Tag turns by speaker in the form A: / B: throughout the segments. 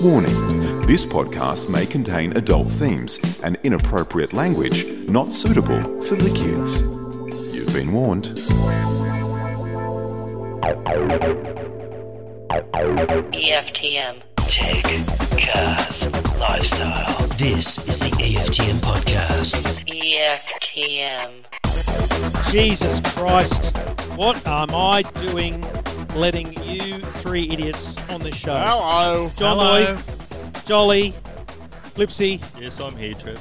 A: Warning This podcast may contain adult themes and inappropriate language not suitable for the kids. You've been warned.
B: EFTM.
C: Tech, cars, lifestyle. This is the AFTM podcast.
B: EFTM.
D: Jesus Christ. What am I doing letting you three idiots on this show?
E: Hello.
D: John
E: Hello.
D: Lloyd, Jolly, Flipsy.
E: Yes, I'm here, Trev.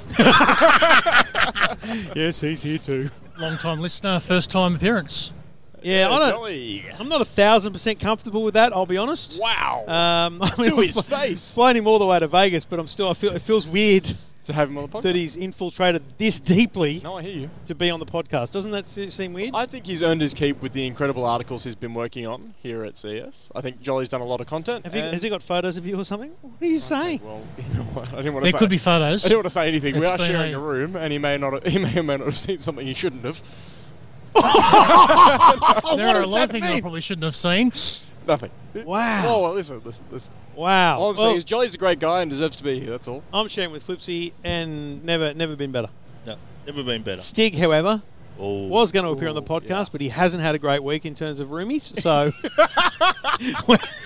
D: Yes, he's here too.
F: Long time listener, first time appearance.
D: Yeah, I don't,
E: Golly.
D: I'm not a thousand percent comfortable with that, I'll be honest.
E: Wow.
D: Um, I
E: To
D: I'm
E: his face.
D: Flying him all the way to Vegas, but I'm still, I feel, it feels weird
E: to have him on the podcast.
D: that he's infiltrated this deeply
E: no, I hear you.
D: to be on the podcast. Doesn't that se- seem weird?
E: I think he's earned his keep with the incredible articles he's been working on here at CS. I think Jolly's done a lot of content.
D: Have you,
E: and-
D: has he got photos of you or something? What are you saying?
E: Well, you know what, I didn't want to
F: There
E: say.
F: could be photos.
E: I didn't want to say anything. we
F: It's
E: are
F: been
E: sharing
F: a-
E: a room, and he may not. He may or may not have seen something he shouldn't have.
F: there are a lot of things I probably shouldn't have seen.
E: Nothing.
D: Wow. Oh.
E: Oh, well, listen, listen, listen.
D: Wow.
E: All I'm
D: Well-
E: saying is Jolly's a great guy and deserves to be here. That's all.
D: I'm sharing with Flipsy and never never been better.
G: No, never been better.
D: Stig, however,
G: Oh,
D: was going to appear on the
E: Ooh,
D: podcast,
E: yeah.
D: but he hasn't had a great week in terms of roomies. So,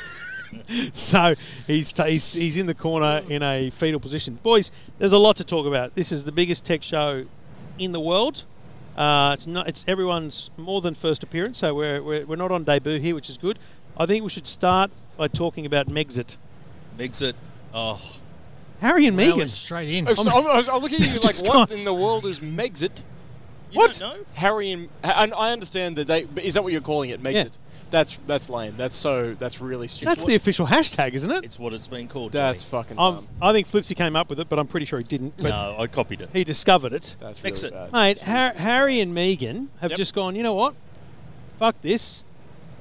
D: so he's, ta he's he's in the corner in a fetal position. Boys, there's a lot to talk about. This is the biggest tech show in the world. Uh, it's not it's everyone's more than first appearance, so we're, we're we're not on debut here, which is good. I think we should start by talking about Megxit.
G: Megxit. Oh,
D: Harry and
F: That
D: Megan.
F: was straight in.
D: Oh,
F: Um,
E: I'm, Oh, I'm, I'm, looking at you like,
D: Just
E: what
D: gone.
E: in the world is Megxit?
G: you
D: What?
G: Don't know?
E: Harry and I, I understand that they. But is that what you're calling it? Megxit.
D: Yeah.
E: That's that's lame. That's so. That's really stupid.
D: That's the official hashtag, isn't it?
G: It's what it's been called.
E: That's
G: Johnny.
E: fucking
D: I've, Um,
E: dumb.
D: I think Flipsy came up with it, but I'm pretty sure he didn't. But
G: No, I copied it.
D: he discovered it.
E: That's
G: Fix
E: really
G: it.
E: bad.
D: Mate, Har- Harry and Megan have
G: Yep.
D: just gone, you know what? Fuck this.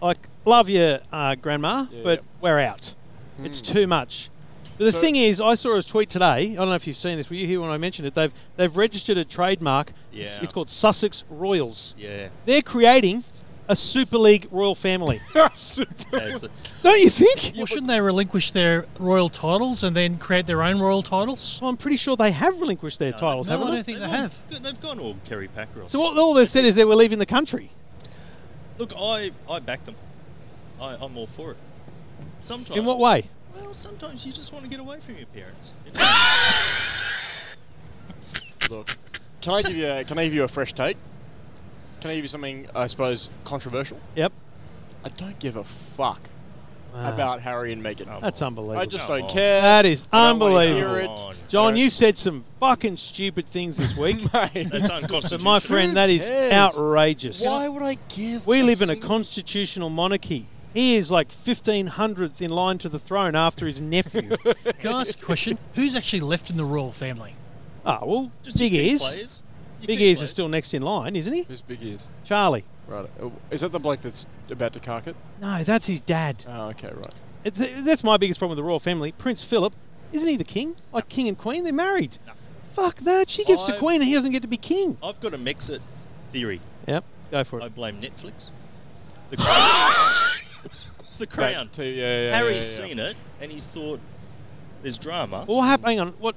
D: Like, love you, uh, Grandma,
E: Yeah,
D: but
E: yep.
D: we're out. It's too much. But the
E: So-
D: thing is, I saw a tweet today. I don't know if you've seen this. Were you here when I mentioned it? They've they've registered a trademark. It's,
G: Yeah.
D: it's called Sussex Royals.
G: Yeah.
D: They're creating a Super League royal family.
G: that's the-
D: don't you think?
F: well, shouldn't they relinquish their royal titles and then create their own royal titles?
D: Well, I'm pretty sure they have relinquished their titles,
F: no,
D: haven't
F: I
D: they?
F: don't think
G: they've
F: they
G: all-
F: have.
G: They've gone all Kerry Packer. on
D: So
G: this.
D: what, all they've said is they were leaving the country.
G: Look, I I back them. I, I'm all for it. Sometimes.
D: In what way?
G: Well, sometimes you just want to get away from your parents.
E: Look, can I give you? A, can I give you a fresh take? Can I give you something? I suppose controversial.
D: Yep.
E: I don't give a fuck
D: Wow.
E: about Harry and Meghan.
D: That's unbelievable.
E: I just
G: Come
E: don't
G: on.
E: care.
D: That is
E: I don't wanna
D: unbelievable.
E: hear it.
G: Come on.
D: John,
E: I
D: you've said some fucking stupid things this week.
E: don't- Mate.
G: That's
D: but
G: unconstitutional.
D: my friend, that is
E: cares?
D: outrageous.
E: Why would I give?
D: We live in a constitutional monarchy. He is like 1500th in line to the throne after his nephew.
F: Can I ask a question? Who's actually left in the royal family?
D: Ah, well,
G: Just your
D: Big
G: key
D: Ears.
G: players. Your
D: Big
G: key
D: Ears
G: players.
D: is still next in line, isn't he?
E: Who's big ears?
D: Charlie.
E: Right. Uh, Is that the bloke that's about to cark it?
D: No, that's his dad.
E: Oh, okay, right.
D: It's, that's my biggest problem with the royal family. Prince Philip, isn't he the king? Like king and queen, they're married. Fuck that. She gets to
G: I've-
D: queen and he doesn't get to be king.
G: I've got a Megxit theory.
D: Yep, go for
G: I
D: it.
G: blame Netflix. The crown. it's the
E: That
G: crown.
E: too, yeah, yeah,
G: Harry's
E: yeah, yeah.
G: seen it and he's thought there's drama.
D: Well, what happened? Hang on. What?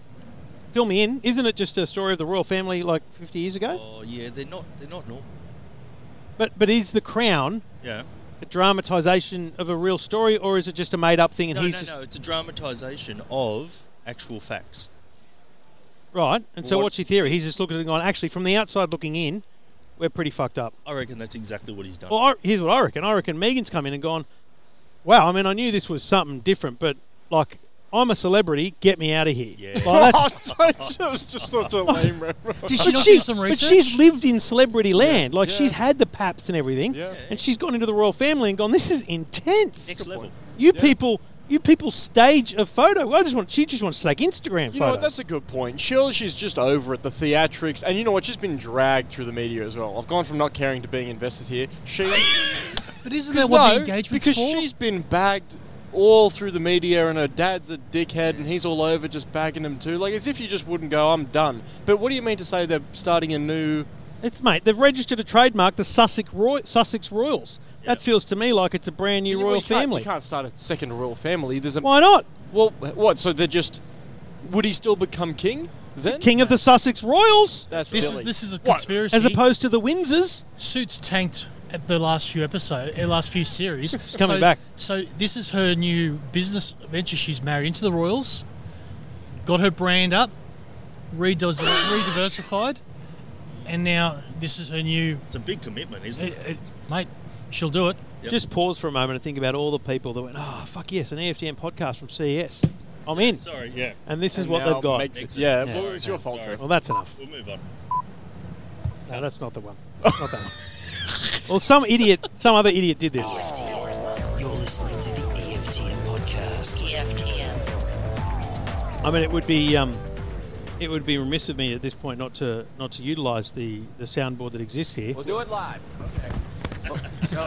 D: Fill me in. Isn't it just a story of the royal family like 50 years ago?
G: Oh yeah, they're not they're not normal.
D: But but is the crown
G: Yeah.
D: a dramatization of a real story, or is it just a made up thing? And
G: No,
D: he's
G: no,
D: just
G: no. It's a dramatization of actual facts.
D: right. And so
E: What-
D: what's your theory? He's just looking at it and going, actually, from the outside looking in, we're pretty fucked up.
G: I reckon that's exactly what he's done.
D: Well, Oh, I, here's what I reckon. I reckon Megan's come in and gone, wow. I mean, I knew this was something different, but like. I'm a celebrity. Get me out of here.
G: Yeah.
D: Like,
E: Oh,
D: that's,
E: that was just such a lame reference.
F: Did she
D: but,
F: not
D: she-
F: do some
D: but
F: research?
D: she's lived in celebrity land. Like
E: Yeah.
D: she's had the paps and everything.
E: Yeah.
D: And she's gone into the royal family and gone, This is intense.
G: Next level.
D: You people you people stage a photo. I just want she just wants to take Instagram
E: You know
D: photos.
E: what, that's a good point. Surely she's just over it, the theatrics, and you know what, she's been dragged through the media as well. I've gone from not caring to being invested here. She,
F: But isn't
E: because
F: that what
E: no,
F: the engagement's
E: because
F: for?
E: she's been bagged all through the media, and her dad's a dickhead, and he's all over just bagging him too. Like as if you just wouldn't go, I'm done. But what do you mean to say they're starting a new?
D: it's mate, they've registered a trademark, the Sussex Roy- Sussex Royals. That feels to me like it's a brand new
E: Well,
D: royal
E: you can't-
D: family.
E: You can't start a second royal family. There's a
D: Why not?
E: well, what? So they're just. Would he still become king then?
D: King of the Sussex Royals,
E: That's
F: This
E: silly.
F: is this is a conspiracy.
D: as opposed to the Windsors.
F: Suits tanked at the last few episodes, uh, last few series. She's
D: coming
F: so,
D: back.
F: So this is her new business venture. She's married into the Royals, got her brand up, redis- rediversified, and now this is her new.
G: It's a big commitment,
F: eh,
G: isn't it?
F: eh, mate, she'll do it.
G: Yep.
D: Just pause for a moment and think about all the people that went, oh, fuck yes, an EFTM podcast from CES. I'm in.
G: Sorry, yeah.
D: And this is
E: And
D: what
E: now
D: they've got.
E: makes it-
G: Makes it-
E: yeah,
G: Yeah.
E: well, it's your fault,
G: Sorry.
E: Trevor.
D: Well, that's enough.
G: We'll move on.
D: No, that's not the one. Not that one. Well, some idiot, some other idiot did this.
C: EFTM. You're listening to the E EFTM podcast.
B: EFTM.
D: I mean, it would be um, it would be remiss of me at this point not to not to utilise the the soundboard that exists here.
H: We'll do it live. Okay.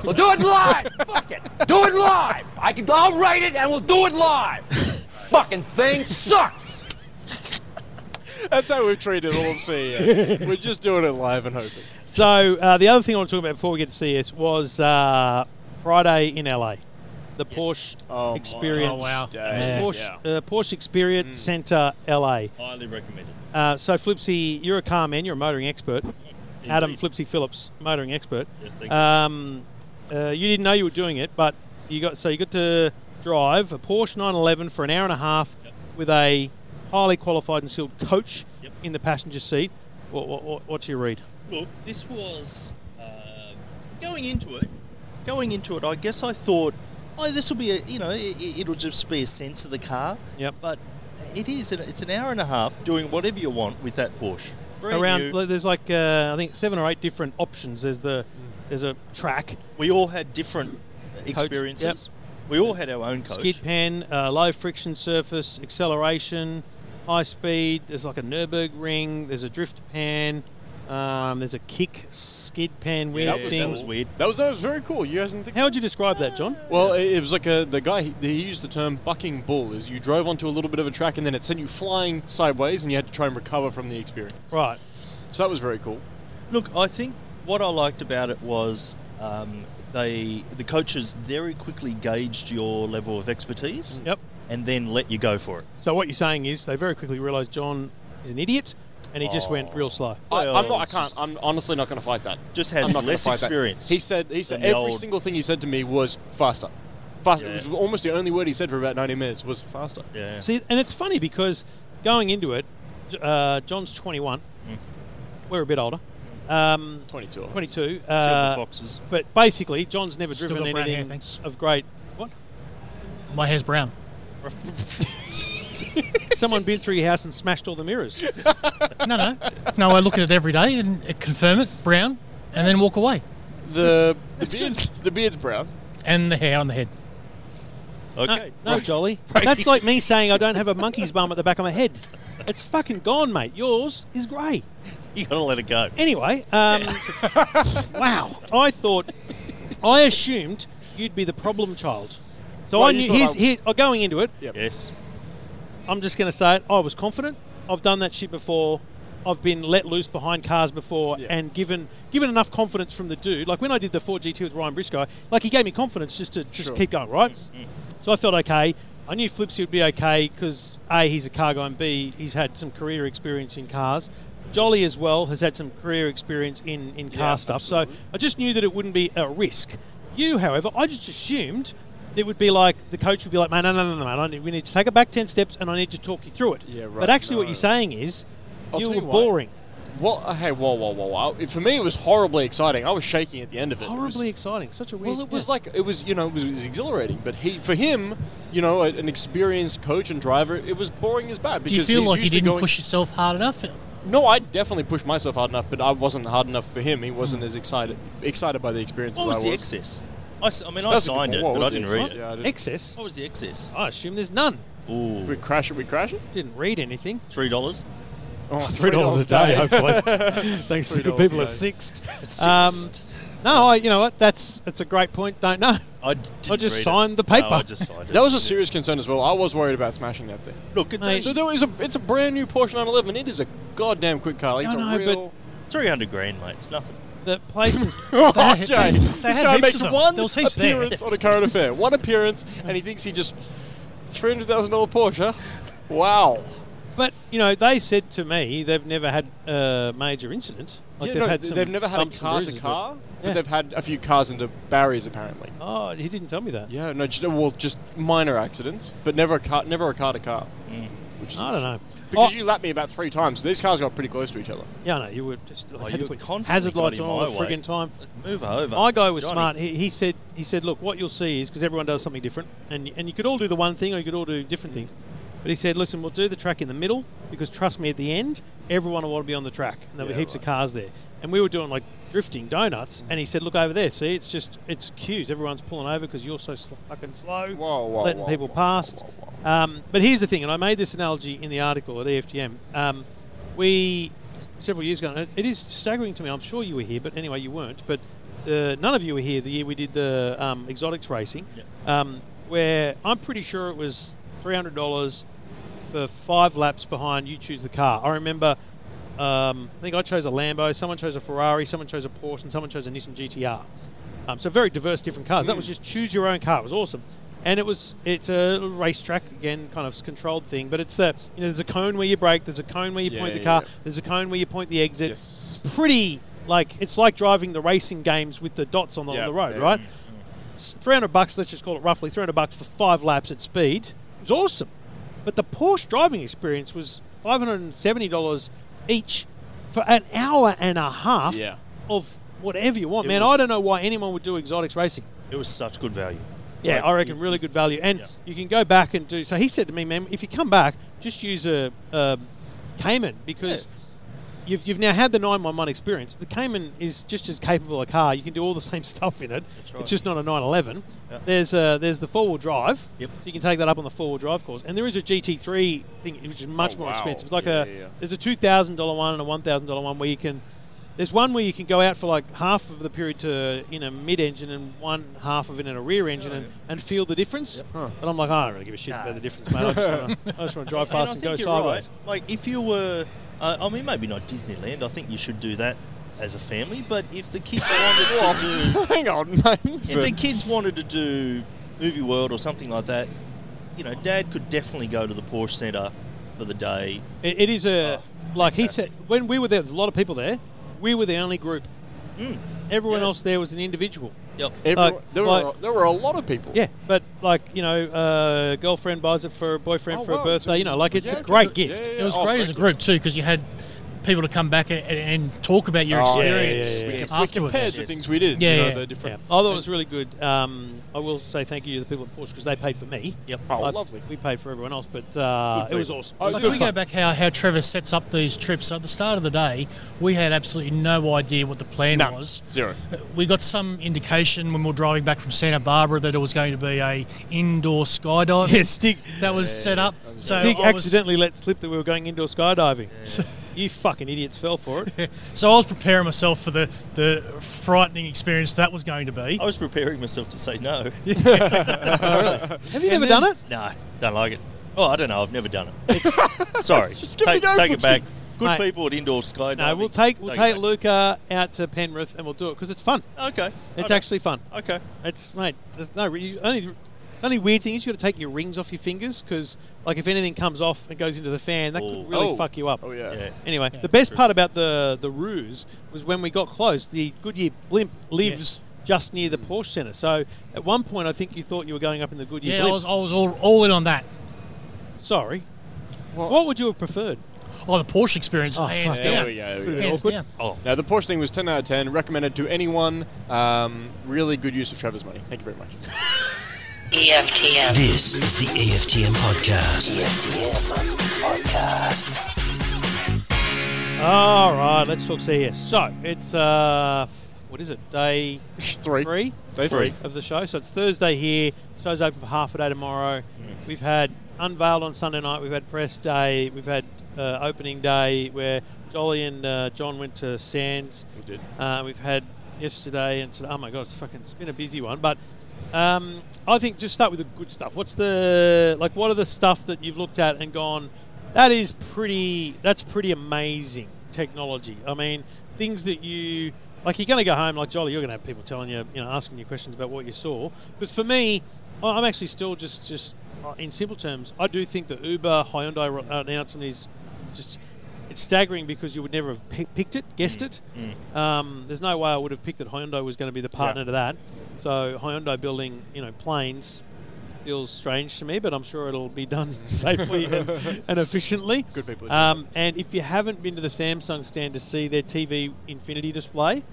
H: We'll do it live. Fuck it. Do it live. I can. I'll write it and we'll do it live. Fucking thing sucks.
E: That's how we've treated all of CES. We're just doing it live and hoping.
D: So uh, the other thing I want to talk about before we get to CS was uh, Friday in LA, the Porsche
E: Oh, my
D: Experience.
F: wow.
E: days,
D: Porsche,
E: yeah.
D: uh, Porsche Experience
G: Mm.
D: Centre LA.
G: Highly recommended.
D: Uh, so Flipsy, you're a car man, you're a motoring expert. Adam
G: Indeed.
D: Flipsy Phillips, motoring expert.
G: Yes, thank you.
D: Um, uh, you didn't know you were doing it, but you got so you got to drive a Porsche 911 for an hour and a half
G: Yep.
D: with a highly qualified and skilled coach
G: Yep.
D: in the passenger seat. What, what, what, what do you read?
G: Look, this was uh, going into it. Going into it, I guess I thought, oh, this will be a, you know, it, it'll just be a sense of the car.
D: Yep.
G: But it is, an- it's an hour and a half doing whatever you want with that Porsche. Brand
D: Around
G: new.
D: like, there's like uh, I think seven or eight different options. There's the
G: Mm.
D: there's a track,
G: we all had different experiences. We all had our own coach.
D: skid pan, uh, low friction surface, acceleration, high speed. There's like a Nurburgring. There's a drift pan. Um, there's a kick skid pan
G: Yeah,
D: wheel
G: that was-
D: thing.
G: that was weird.
E: That was that was very cool. You guys didn't think
D: How would you describe that, John?
E: Well, it, it was like a, the guy he, he used the term "bucking bull." Is you drove onto a little bit of a track and then it sent you flying sideways, and you had to try and recover from the experience.
D: Right.
E: So that was very cool.
G: Look, I think what I liked about it was um, they the coaches very quickly gauged your level of expertise
E: Mm.
D: Yep.
G: and then let you go for it.
D: So what you're saying is they very quickly realised John is an idiot, and he just went real slow.
E: I,
G: Well,
E: I'm not. I
G: it's
E: can't.
G: just-
E: I'm honestly not going to fight that.
G: Just has
E: I'm not gonna
G: less
E: fight that.
G: experience
E: He said. He said
G: than the
E: every
G: old-
E: single thing he said to me was faster. Faster. It was
G: Yeah.
E: almost the only word he said for about 90 minutes was faster.
G: Yeah.
D: See, and it's funny because going into it, J- uh, John's 21.
G: Mm.
D: We're a bit older. Um,
E: 22.
D: 22.
G: Silver
D: Uh,
G: foxes.
D: but basically, John's never
F: Still
D: driven
F: got brown hair,
D: anything
F: thanks.
D: of great. What?
F: My hair's brown.
D: Someone been through your house and smashed all the mirrors.
F: No, no, no. I look at it every day and uh, confirm it brown, and then walk away.
E: The the beard's, the beard's brown.
F: And the hair on the head.
G: Okay.
D: No, jolly. That's like me saying I don't have a monkey's bum at the back of my head. It's fucking gone, mate. Yours is grey.
G: You gotta let it go.
D: Anyway, um, wow. I thought, I assumed you'd be the problem child. So
E: Well,
D: I
E: you
D: knew.
E: thought
D: Here's,
E: I-
D: here's, oh, going into it,
E: Yep.
G: Yes.
D: I'm just going to say it. I was confident. I've done that shit before. I've been let loose behind cars before
E: Yeah.
D: and given given enough confidence from the dude. Like when I did the Ford GT with Ryan Briscoe, like he gave me confidence just to just
E: Sure. Mm-hmm.
D: keep going, right? So I felt okay. I knew Flipsy would be okay because A, he's a car guy, and B, he's had some career experience in cars. Jolly as well has had some career experience in, in car
E: Yeah,
D: stuff. So I just knew that it wouldn't be a risk. You, however, I just assumed it would be like the coach would be like, man, no, no, no, no, man, I need, we need to take it back 10 steps and I need to talk you through it.
E: Yeah, right,
D: But actually, what
E: no.
D: you're saying is
E: I'll
D: you
E: tell
D: were
E: you what.
D: boring.
E: Well, uh, hey, whoa, whoa, whoa, whoa! It- For me, it was horribly exciting. I was shaking at the end of it. It was-
D: Horribly exciting. Such a weird
E: Well, it was
D: yeah.
E: like it was, you know, it was, it was exhilarating. But he, for him, you know, a- an experienced coach and driver, it was boring as bad.
F: Do you
E: Because
F: feel
E: he's
F: like you
E: used to
F: didn't
E: going-
F: push yourself hard enough?
E: No, I definitely pushed myself hard enough, but I wasn't hard enough for him. He
F: Hmm.
E: wasn't as excited excited by the experience
G: What
E: as
G: was
E: I
G: the
E: was.
G: excess? I, s- I mean, I
E: That's a good
G: signed
E: point.
G: it,
E: What
G: but I
E: was the
G: didn't read
E: excess?
G: it.
E: Yeah, I didn't-
D: excess.
G: What was the excess?
D: I assume there's none.
E: We
G: Ooh,
E: crash it. We crash it.
D: Didn't read anything.
G: three dollars.
E: Oh,
D: $3 a day, hopefully. Thanks to the
E: $3
D: people
E: a
D: at
E: day.
D: Sixt. Um, no, I, you know what? That's that's a great point. Don't know.
G: I, d- didn't
D: I just
G: read it.
D: signed the
G: No, I
D: paper.
G: just signed it.
E: That was a serious concern as well. I was worried about smashing that thing.
G: Look, it's
D: Mate.
G: only
E: So there was a. It's a brand new Porsche 911. It is a goddamn quick car. Like,
D: I
E: it's
D: know,
E: a
D: but
E: real.
G: three hundred grand, mate. It's nothing.
D: that places
E: Oh, okay,
F: they- they
E: this
F: had
E: guy
F: heaps
E: makes
F: of them.
E: one
F: There was heaps there.
E: appearance on a current affair. One appearance, and he thinks he just three hundred thousand dollar Porsche. Wow.
D: But you know, they said to me they've never had a major incident. Like
E: Yeah,
D: they've
E: no,
D: had
E: th-
D: some
E: they've never had a
D: bumps and
E: car to
D: bruises,
E: car, but
D: Yeah.
E: they've had a few cars into barriers apparently.
D: but- oh, he didn't tell me that.
E: Yeah, no, just, well, just minor accidents, but never a car, never a car to car. Which is-
D: I don't know.
E: Because
D: Oh,
E: you lapped me about three times. These cars got pretty close to each other.
D: yeah, no, you were just like,
G: Oh,
D: had
G: you
D: to
G: were
D: put
G: constantly
D: hazard
G: got
D: lights
G: in
D: on all the
G: my way.
D: frigging time.
G: Move over.
D: My guy was
G: Johnny.
D: smart. He, he said he said, look, what you'll see is because everyone does something different, and y- and you could all do the one thing or you could all do different things. But he said, listen, we'll do the track in the middle because trust me, at the end, everyone will want to be on the track, and there were
G: Yeah,
D: heaps of
G: right.
D: cars there. And we were doing like drifting donuts, and he said, look over there, see, it's just it's queues. Everyone's pulling over because you're so sl- fucking slow,
E: Whoa, whoa,
D: letting
E: whoa,
D: people
E: whoa,
D: past.
E: whoa, whoa, whoa.
D: Um, but here's the thing, and I made this analogy in the article at EFTM. Um, we several years ago, and it- it is staggering to me. I'm sure you were here, but anyway, you weren't. But uh, none of you were here the year we did the um, exotics racing, um, where I'm pretty sure it was three hundred dollars for five laps behind. You choose the car. I remember. Um, I think I chose a Lambo. Someone chose a Ferrari. Someone chose a Porsche, and someone chose a Nissan GTR. Um, so very diverse, different cars. That was
E: Hmm.
D: just choose your own car. It was awesome, and it was it's a racetrack again, kind of controlled thing. But it's the you know there's a cone where you brake, there's a cone where you
E: Yeah,
D: point the
E: yeah,
D: car,
E: yeah.
D: there's a cone where you point the exit.
E: Yes.
D: Pretty like it's like driving the racing games with the dots on the,
E: Yeah,
D: on the road,
E: yeah.
D: right? S- 300 bucks, let's just call it roughly 300 bucks for five laps at speed. It was awesome. But the Porsche driving experience was $570 each for an hour and a half
E: Yeah.
D: of whatever you want,
G: It
D: man. I
G: was-
D: don't know why anyone would do exotics racing.
G: It was such good value.
D: Yeah,
G: Like,
D: I reckon
G: you-
D: really good value. And
G: Yeah.
D: you can go back and do. So he said to me, man, if you come back, just use a, a Cayman because you've, you've now had the 911 experience. The Cayman is just as capable a car. You can do all the same stuff in it.
G: right.
D: It's just not a 911.
G: Yeah.
D: There's uh, there's the four wheel drive.
G: Yep.
D: So you can take that up on the four wheel drive course. And there is a GT3 thing, which is much
E: Oh,
D: more
E: wow.
D: expensive. It's like
E: Yeah,
D: a
E: yeah, yeah.
D: there's a two thousand dollar one and a one thousand dollar one where you can. There's one where you can go out for like half of the period to in a mid engine and one half of it in a rear engine and, and feel the difference. But I'm like, I don't really give a shit about the difference, mate. I just wanna- I just want to drive fast and,
G: and I
D: go
G: think you're
D: sideways.
G: right. Like if you were, uh, I mean, maybe not Disneyland. I think you should do that as a family. But if the kids wanted to do,
E: Hang on, mate.
G: if the kids wanted to do Movie World or something like that, you know, Dad could definitely go to the Porsche Centre for the day.
D: It, it is a like he said when we were there. There's a lot of people there. We were the only group. Everyone
G: yeah.
D: else there was an individual.
G: Yep.
E: Everyone-
D: like-
E: there, were,
D: like-
E: there were a lot of people.
D: Yeah, but like you know, uh, girlfriend buys it for a boyfriend
E: Oh,
D: for
E: wow,
D: a
E: it's
D: birthday.
E: a-
D: you know, like it's
E: yeah,
D: a great
E: yeah,
D: gift.
E: yeah, yeah.
F: It was
E: Oh,
F: great as a
E: great.
F: group too because you had people to come back a- and, and talk about your
E: Oh, yeah, yeah,
F: experience
D: yeah, yeah, yeah.
E: We
F: afterwards.
E: compared the things we did.
F: Yeah,
E: you know,
F: yeah.
E: the different.
D: Yeah. I thought it was really good. Um, I will say thank you to the people at Porsche because they paid for me.
G: Yep.
E: Oh,
D: I-
E: lovely.
D: We paid for everyone else, but uh, it was awesome.
E: Oh,
D: It was
E: good.
F: Like,
D: good
F: we go
D: fun.
F: back how, how Trevor sets up these trips. So at the start of the day, we had absolutely no idea what the plan
E: No,
F: was.
E: zero.
F: We got some indication when we were driving back from Santa Barbara that it was going to be a indoor skydiving
D: Yeah, Stig,
F: that was set up. So
D: Stig
F: I was-
D: accidentally let slip that we were going indoor skydiving. you fucking idiots fell for it.
F: So I was preparing myself for the, the frightening experience that was going to be.
G: I
E: Oh,
G: was preparing myself to say no.
D: Have you ever done it?
G: No, don't like it. Oh, I don't know. I've never done it. It's- Sorry.
E: give it a
G: take
E: go,
G: take it
E: Flipsy.
G: back. Good
D: Mate.
G: people at indoor skydiving.
D: No, we'll take we'll
G: it
D: take
G: back.
D: Luca out to Penrith and we'll do it because it's fun.
G: Okay.
D: It's
G: Oh, okay.
D: actually fun.
G: okay.
D: It's mate. There's no re- you- only. The only weird thing is you got to take your rings off your fingers because, like, if anything comes off and goes into the fan, that
G: Oh.
D: could really
E: Oh.
D: fuck you up.
E: Oh, yeah.
G: Yeah.
D: Anyway, the best part about the the ruse was when we got close. The Goodyear blimp lives just near the Porsche Centre. So at one point, I think you thought you were going up in the Goodyear
F: Yeah, I
D: blimp.
F: was, I was all, all in on that.
D: Sorry. What? would you have preferred?
F: Oh, the Porsche experience,
D: Oh,
F: hands
D: fuck.
F: down.
E: There we go. there we go.
F: Hands down.
E: Now, the Porsche thing was 10 out of 10, recommended to anyone. Um, really good use of Trevor's money. Thank you very much.
B: EFTM.
C: This is the E EFTM podcast. E EFTM podcast.
D: All right, let's talk CES. So it's uh, what is it? Day
E: Three.
D: three.
E: Day three.
D: of the show. So it's Thursday here. Show's open for half a day tomorrow. We've had unveiled on Sunday night. We've had press day. We've had uh, opening day where Jolly and uh, John went to Sands.
E: We did.
D: Uh, we've had yesterday and today. Oh my god, it's fucking. It's been a busy one, but. Um, I think just start with the good stuff. What's the like? What are the stuff that you've looked at and gone? That is pretty. That's pretty amazing technology. I mean, things that you Like you're going to go home, like Jolly, you're going to have people telling you, you know, asking you questions about what you saw. Because for me, I- I'm actually still just, just uh, in simple terms, I do think the Uber Hyundai ro- announcement is just it's staggering because you would never have pi- picked it, guessed it.
E: Mm.
D: Um, there's no way I would have picked that Hyundai was going to be the partner to that. So Hyundai building, you know, planes feels strange to me, but I'm sure it'll be done safely and, and efficiently.
E: Good people.
D: Um, and if you haven't been to the Samsung stand to see their TV Infinity display,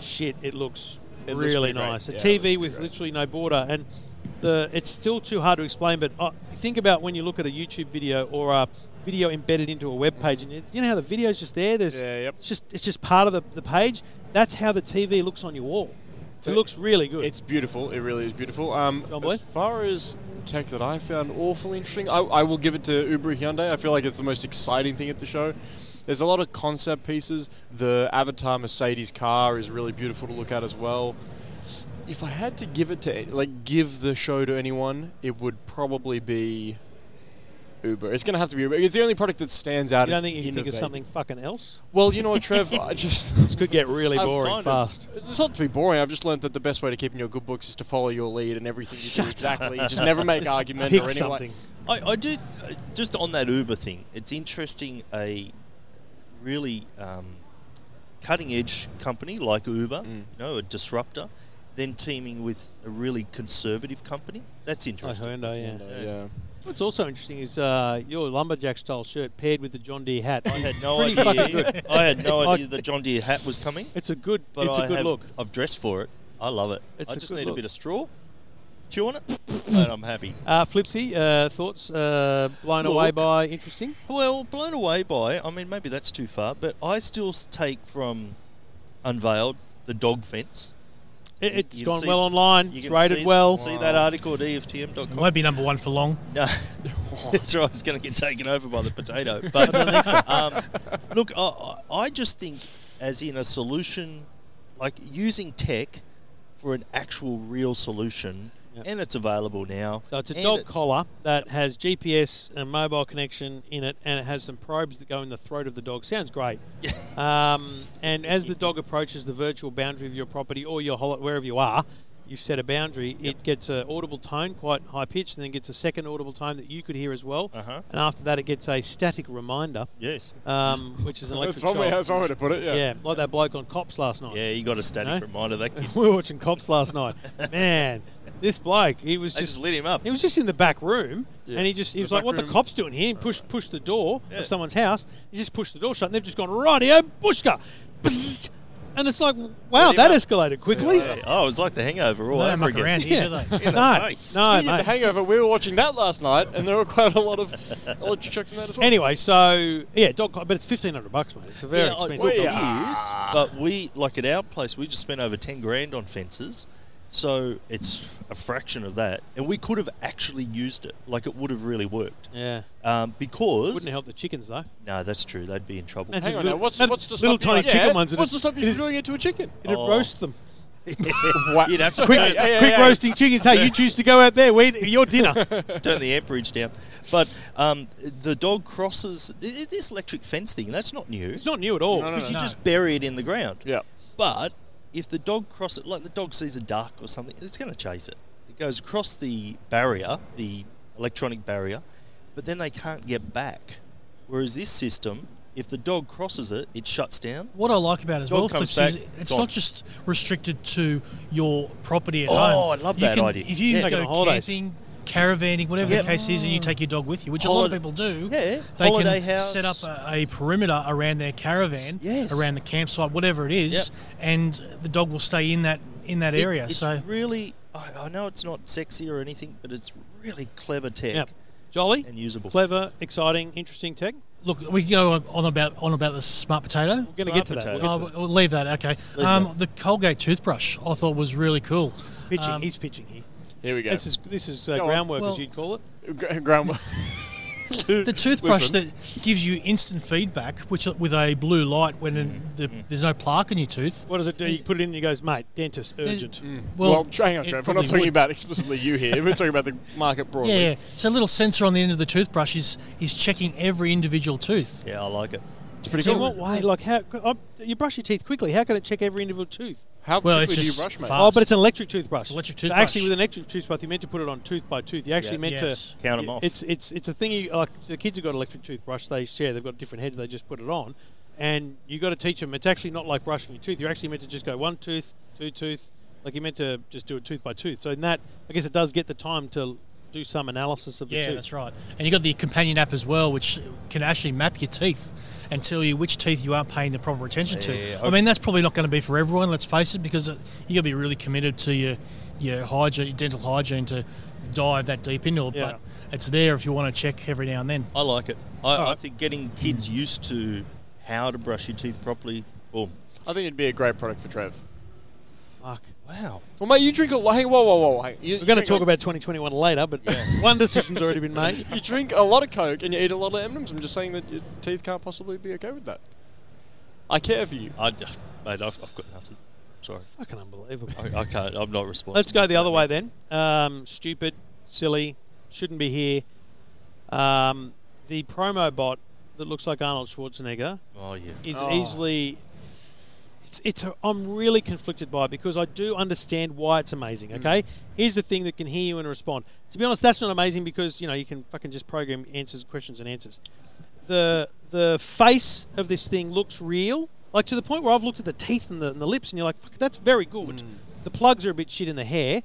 D: shit, it looks
E: It looks
D: really
E: pretty
D: nice.
E: great. Yeah, it
D: a
E: looks pretty
D: TV with
E: great.
D: literally no border, and the it's still too hard to explain. But uh, think about when you look at a YouTube video or a video embedded into a web page, and you, you know how the video's just there. There's
E: Yeah, yep.
D: it's just it's just part of the, the page. That's how the TV looks on your wall.
E: So
D: it looks really good.
E: It's beautiful. It really is beautiful. Um,
D: John Boy?
E: as far as tech that I found awful interesting, I, I will give it to Uber Hyundai. I feel like it's the most exciting thing at the show. There's a lot of concept pieces. The Avatar Mercedes car is really beautiful to look at as well. If I had to give it to like give the show to anyone, it would probably be Uber. It's gonna have to be Uber. It's the only product that stands out.
D: you don't
E: as
D: think you can think of
E: innovative.
D: something fucking else?
E: Well, you know what, Trev? I just
D: This could get really
E: That's
D: boring
E: kind of-
D: fast.
E: it's not to be boring. I've just learned that the best way to keep in your good books is to follow your lead and everything you do exactly. You just never make argument
D: Pick
E: or anyone.
D: something.
G: I, I do uh, just on that Uber thing. It's interesting a really um, cutting edge company like Uber,
D: Mm.
G: you know, a disruptor, then teaming with a really conservative company. That's
D: Like
G: interesting.
D: Hyundai, yeah.
E: Yeah.
D: What's also interesting is uh, your lumberjack style shirt paired with the John Deere hat.
G: I had no
D: Pretty fucking
G: idea.
D: good.
G: I had no
D: I-
G: idea the John Deere hat was coming.
D: It's a good.
G: But
D: it's a
G: I
D: good
G: have,
D: look.
G: I've dressed for it. I love it.
D: It's
G: I
D: a
G: just
D: good
G: need
D: look.
G: a bit of straw, chew on it, and I'm happy.
D: Uh, Flipsy, uh, thoughts? Uh, blown away
G: Look.
D: by interesting.
G: Well, blown away by. I mean, maybe that's too far, but I still s- take from Unveiled the dog fence.
D: It,
G: You-
D: has
G: you can
D: gone
G: see-
D: well online. It's
G: can
D: rated
G: see,
D: well.
G: See that article at E EFTM.com.
F: It won't be number one for long.
G: No, that's right. It's going to get taken over by the potato. But um, look, I- I, I just think, as in a solution, like using tech for an actual real solution,
D: Yep.
G: and it's available now.
D: So it's a
G: and
D: dog collar that has GPS and mobile connection in it, and it has some probes that go in the throat of the dog. Sounds great. um, and as the dog approaches the virtual boundary of your property or your hol- wherever you are, you've set a boundary. It gets an audible tone, quite high pitched, and then gets a second audible tone that you could hear as well.
G: Uh-huh.
D: And after that, it gets a static reminder,
G: Yes.
D: um, which is an
E: That's
D: electric
E: one, way,
D: shock.
E: that's one way to put it. Yeah.
D: Yeah, like that bloke on Cops last night.
G: Yeah, you got a static
D: No?
G: reminder. That kid.
D: we were watching Cops last night. Man, this bloke, he was
G: They
D: just,
G: just lit him up.
D: He was just in the back room,
E: Yeah.
D: and he just he
E: The
D: was like,
E: back
D: "What the
E: room.
D: cops doing here?" He pushed pushed the door
G: Yeah.
D: of someone's house. He just pushed the door shut, and they've just gone radio bushka, Bzzzt. and it's like, wow,
E: him
D: that
E: up.
D: escalated quickly.
G: Yeah. Oh, it was like the hangover all
F: They
G: over
F: don't muck
G: again.
F: around here, do they?
G: In the
D: No,
G: face.
D: no,
E: Speaking of the
D: mate.
E: hangover, we were watching that last night, and there were quite a lot of electric shocks in that as well.
D: Anyway, so yeah, dog, but it's fifteen hundred bucks, mate. It's a very
G: Yeah, I-
D: expensive.
G: well,
D: dog.
G: it is, but we like at our place we just spent over ten grand on fences, so it's a fraction of that, and we could have actually used it. Like it would have really worked.
D: Yeah,
G: Um, because
D: wouldn't help the chickens though.
G: no, that's true. They'd be in trouble.
D: Imagine
E: Hang on
D: little-
E: now, what's,
D: that
E: what's to stop
D: little
E: you?
D: tiny
E: yeah,
D: chicken ones?
E: What's to
D: it'd,
E: stop you from doing it to a chicken?
D: it'd
G: Oh.
D: roast them.
G: You'd have to
D: Quick,
G: turn,
E: yeah,
D: quick
E: yeah.
D: roasting chickens. Hey, you choose to go out there. We your dinner.
G: turn the amperage down. But um, the dog crosses i- i- this electric fence thing. That's not new.
D: It's not new at all.
E: No, no,
G: because you
E: no.
G: just bury it in the ground.
E: Yeah.
G: But if the dog crosses, like the dog sees a duck or something, it's going to chase it. It goes across the barrier, the electronic barrier, but then they can't get back. Whereas this system, if the dog crosses it, it shuts down.
F: What I like about it as
G: Dog
F: well,
G: comes
F: Flips, is
G: back,
F: it's
G: gone.
F: not just restricted to your property at
G: Oh,
F: home.
G: I love
F: You
G: that
F: can-
G: idea.
F: If you
G: Yeah.
D: Take it on
F: go
D: holidays.
F: camping, caravanning, whatever
G: Yep.
F: the case is, and you take your dog with you, which a lot
G: Holi-
F: of people do,
G: Yeah,
F: they
G: holiday
F: can
G: house.
F: set up a, a perimeter around their caravan,
G: Yes.
F: around the campsite, whatever it is, and the dog will stay in that in that
G: It-
F: area.
G: It's
F: so
G: really, I, I know it's not sexy or anything, but it's really clever tech
D: Yep. Jolly
G: and usable.
D: clever, exciting, interesting tech.
F: look, we can go on about on about the smart potato.
D: We're going to
G: Smart
D: get to that.
G: potato.
D: We'll
F: Oh,
D: get to
F: we'll leave that. Okay.
G: Leave
F: um, the Colgate toothbrush I thought was really cool.
D: that. Pitching.
F: Um,
D: He's pitching here.
E: Here we go.
D: This is this is uh,
E: Go on.
D: groundwork, as
F: Well-
D: you'd call it.
E: Gra- ground.
F: the toothbrush
E: Listen.
F: that gives you instant feedback, which with a blue light when
E: Mm.
F: the, there's no plaque in your tooth.
D: What does it do? You put it in, and you goes, mate, dentist, urgent.
E: Mm. Well, hang on,
F: it
E: Trev. We're not
F: probably
E: talking
F: would.
E: about explicitly you here. We're talking about the market broadly.
F: Yeah, yeah. So a little sensor on the end of the toothbrush is is checking every individual tooth.
G: Yeah, I like it.
E: It's pretty
D: So in
E: cool.
D: what way? Like how? i you brush your teeth quickly. How can it check every individual tooth?
E: How
F: Well, it's
E: quickly do you
F: just
E: brush, mate?
F: fast.
D: Oh, but it's an electric toothbrush.
F: It's an electric
D: So
F: toothbrush.
D: Actually, with an electric toothbrush, you meant to put it on tooth by tooth. You actually
G: Yeah.
D: meant
F: Yes.
D: to
G: Count 'em off.
D: It's it's it's a thing. You, like the kids have got electric toothbrush. They share. They've got different heads. They just put it on, and you got to teach them. It's actually not like brushing your tooth. You're actually meant to just go one tooth, two tooth. Like you meant to just do it tooth by tooth. So in that, I guess it does get the time to do some analysis of the
F: yeah,
D: tooth.
F: that's right. And you got the companion app as well, which can actually map your teeth and tell you which teeth you are paying the proper attention to.
G: Yeah,
F: I mean, that's probably not going to be for everyone. Let's face it, because uh, you got to be really committed to your your hygiene, your dental hygiene, to dive that deep into it.
D: Yeah.
F: But it's there if you want to check every now and then.
G: I like it. I, I
D: right.
G: think getting kids used to how to brush your teeth properly. Boom.
E: I think it'd be a great product for Trev.
D: Fuck.
G: Wow.
E: Well, mate, you drink a lot. Hey, whoa, whoa, whoa. Hey, you,
D: We're going to
E: you drink
D: talk
E: a-
D: about 2021 later, but one decision's already been made.
E: You drink a lot of Coke and you eat a lot of M&Ms. I'm just saying that your teeth can't possibly be okay with that. I care for you.
G: I, d- mate, I've, I've got nothing. Sorry.
D: Fucking unbelievable.
G: I, I can't. I'm not responsible.
D: Let's go the other way then. Um, stupid, silly, shouldn't be here. Um, the promo bot that looks like Arnold Schwarzenegger
G: Oh yeah.
D: is
E: Oh.
D: easily. It's, it's a, I'm really conflicted by it because I do understand why it's amazing. Okay, here's the thing that can hear you and respond. To be honest, that's not amazing because you know you can fucking just program answers, questions, and answers. The the face of this thing looks real, like to the point where I've looked at the teeth and the, and the lips, and you're like, Fuck, that's very good.
E: Hmm.
D: The plugs are a bit shit in the hair,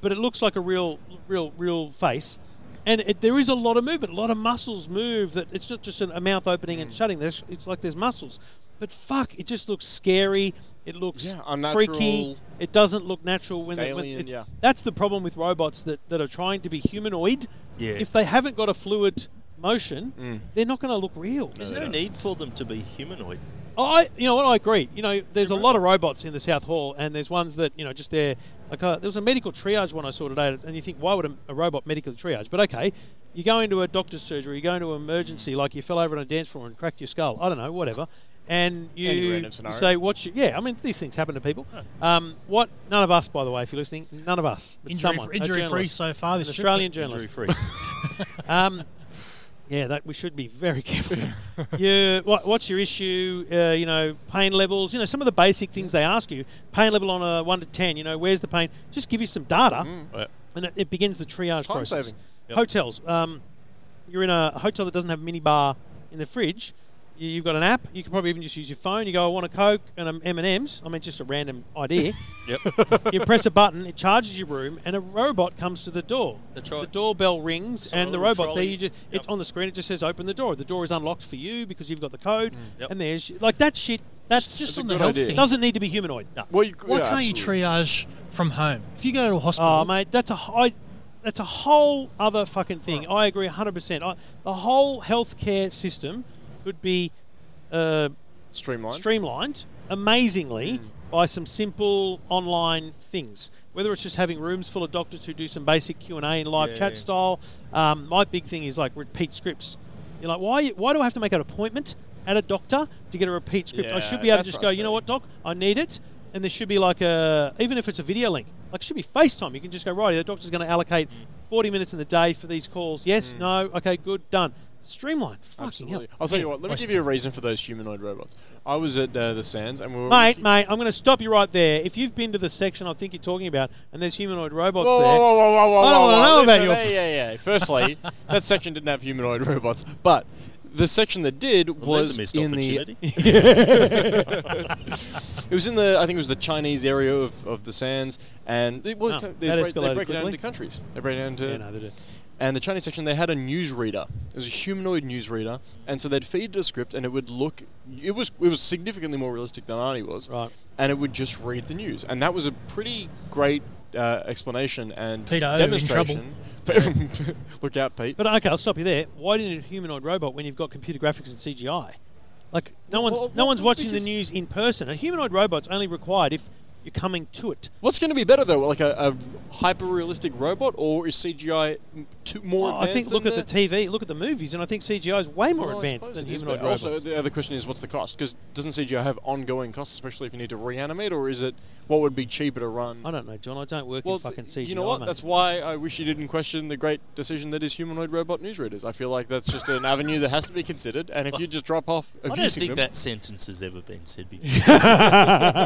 D: but it looks like a real, real, real face. And it, there is a lot of movement, a lot of muscles move. That it's not just an, a mouth opening
E: Hmm.
D: and shutting. There's, it's like there's muscles, but fuck, it just looks scary. It looks
E: Yeah, unnatural.
D: freaky. It doesn't look natural when, they, when
E: Alien,
D: it's-
E: yeah.
D: that's the problem with robots that, that are trying to be humanoid.
G: Yeah.
D: If they haven't got a fluid motion, they're not going to look real.
G: There's no need for them to be humanoid.
D: Oh, I, you know what? I agree. You know, there's a lot of robots in the South Hall, and there's ones that you know just there. Like uh, there was a medical triage one I saw today, and you think, why would a, a robot medical triage? But okay, you go into a doctor's surgery, you go into an emergency, like you fell over on a dance floor and cracked your skull. I don't know, whatever. And
E: Any
D: you
E: random scenario.
D: say, what's your, yeah, I mean, these things happen to people. Um, what, none of us, by the way, if you're listening, none of us. But
F: Injury,
D: someone, a
F: injury free
D: journalist,
F: so far.
D: an
F: This trip.
D: Australian journalist.
G: Injury free.
D: Um, yeah, that we should be very careful. you, what, what's your issue? Uh, you know, pain levels. You know, some of the basic things they ask you. Pain level on a one to ten. You know, where's the pain? Just give you some data, and it, it begins the triage
E: Mm. Time
D: process.
E: saving.
D: Hotels. Um, you're in a hotel that doesn't have a minibar in the fridge. You, you've got an app. You can probably even just use your phone. You go, I want a Coke and an M&M's. I mean, just a random idea. yep. you press a button, it charges your room, and a robot comes to the door.
G: That's right.
D: The doorbell rings,
G: on
D: and
G: a
D: the
G: little
D: robot's there.
G: trolley.
D: You just
G: Yep.
D: it's on the screen. It just says open the door. The door is unlocked for you because you've got the code.
G: Mm. Yep.
D: And there's like that shit. That's
F: Just
D: just
F: on the
E: good
F: health
E: idea.
F: thing.
D: doesn't need to be humanoid. No.
E: Well, you,
F: Why
E: yeah,
F: can't you
E: absolutely.
F: triage from home? If you go to a hospital,
D: Oh, mate, that's a high, that's a whole other fucking thing. I agree 100. percent The whole healthcare system could be uh,
E: Streamline.
D: streamlined
E: Hmm.
D: amazingly by some simple online things. Whether it's just having rooms full of doctors who do some basic Q and A in live
G: Yeah.
D: chat style. Um, my big thing is like repeat scripts. You're like, why? Why do I have to make an appointment at a doctor to get a repeat script? I
E: Yeah,
D: should be able to
E: that's
D: just go. You know
E: frustrating.
D: what, doc? I need it. And there should be like a even if it's a video link, like it should be FaceTime. You can just go right. The doctor's going to allocate
E: Hmm.
D: 40 minutes in the day for these calls. Yes, no, okay, good, done. Streamline. Fucking
E: Absolutely.
D: hell.
E: I'll tell you what, let me
F: waste
E: give you a reason for those humanoid robots. I was at uh, the Sands and we were.
D: Mate, mate, I'm going to stop you right there. If you've been to the section I think you're talking about, and there's humanoid robots
E: Whoa,
D: there,
E: whoa, whoa, whoa, whoa, whoa,
D: I don't
E: whoa,
D: wanna
E: whoa.
D: know about
E: Listen,
D: your-
E: Hey, yeah, yeah. Firstly, that section didn't have humanoid robots, but the section that did
G: Well, there's
E: was
G: a missed
E: in the
G: opportunity.
E: It was in the, I think it was the Chinese area of, of the sands, and it was
D: Oh,
E: kind of- they,
D: that
E: break, they
D: escalated
E: break it down
D: quickly.
E: into countries. They break it down into,
D: Yeah, no, they do.
E: and the Chinese section they had a newsreader. It was a humanoid newsreader, and so they'd feed it a script, and it would look, it was it was significantly more realistic than Arnie was,
D: Right.
E: And it would just read the news, and that was a pretty great uh, explanation and
F: Peter O in
E: demonstration. Look out, Pete.
D: But okay, I'll stop you there. Why do you need a humanoid robot when you've got computer graphics and CGI? Like no one's
E: Well,
D: no
E: well,
D: one's
E: well,
D: watching the
E: because-
D: news in person. A humanoid robot's only required if You're coming to it.
E: What's going to be better though, like a, a hyper realistic robot, or is CGI m- too, more
D: I
E: advanced?
D: think look
E: than
D: at the TV, look at the movies, and I think CGI is way more
E: Well, I
D: advanced
E: suppose
D: than
E: it is,
D: humanoid
E: but
D: robots.
E: Also, the other question is, what's the cost? Because doesn't CGI have ongoing costs, especially if you need to reanimate, or is it what would be cheaper to run?
D: I don't know, John. I don't work
E: Well,
D: in fucking
E: it's-
D: CGI.
E: you know what?
D: mate.
E: That's why I wish you didn't question the great decision that is humanoid robot newsreaders. I feel like that's just an avenue that has to be considered. And if you just drop off
G: I don't
E: abusing
G: think
E: them,
G: that sentence has ever been said before.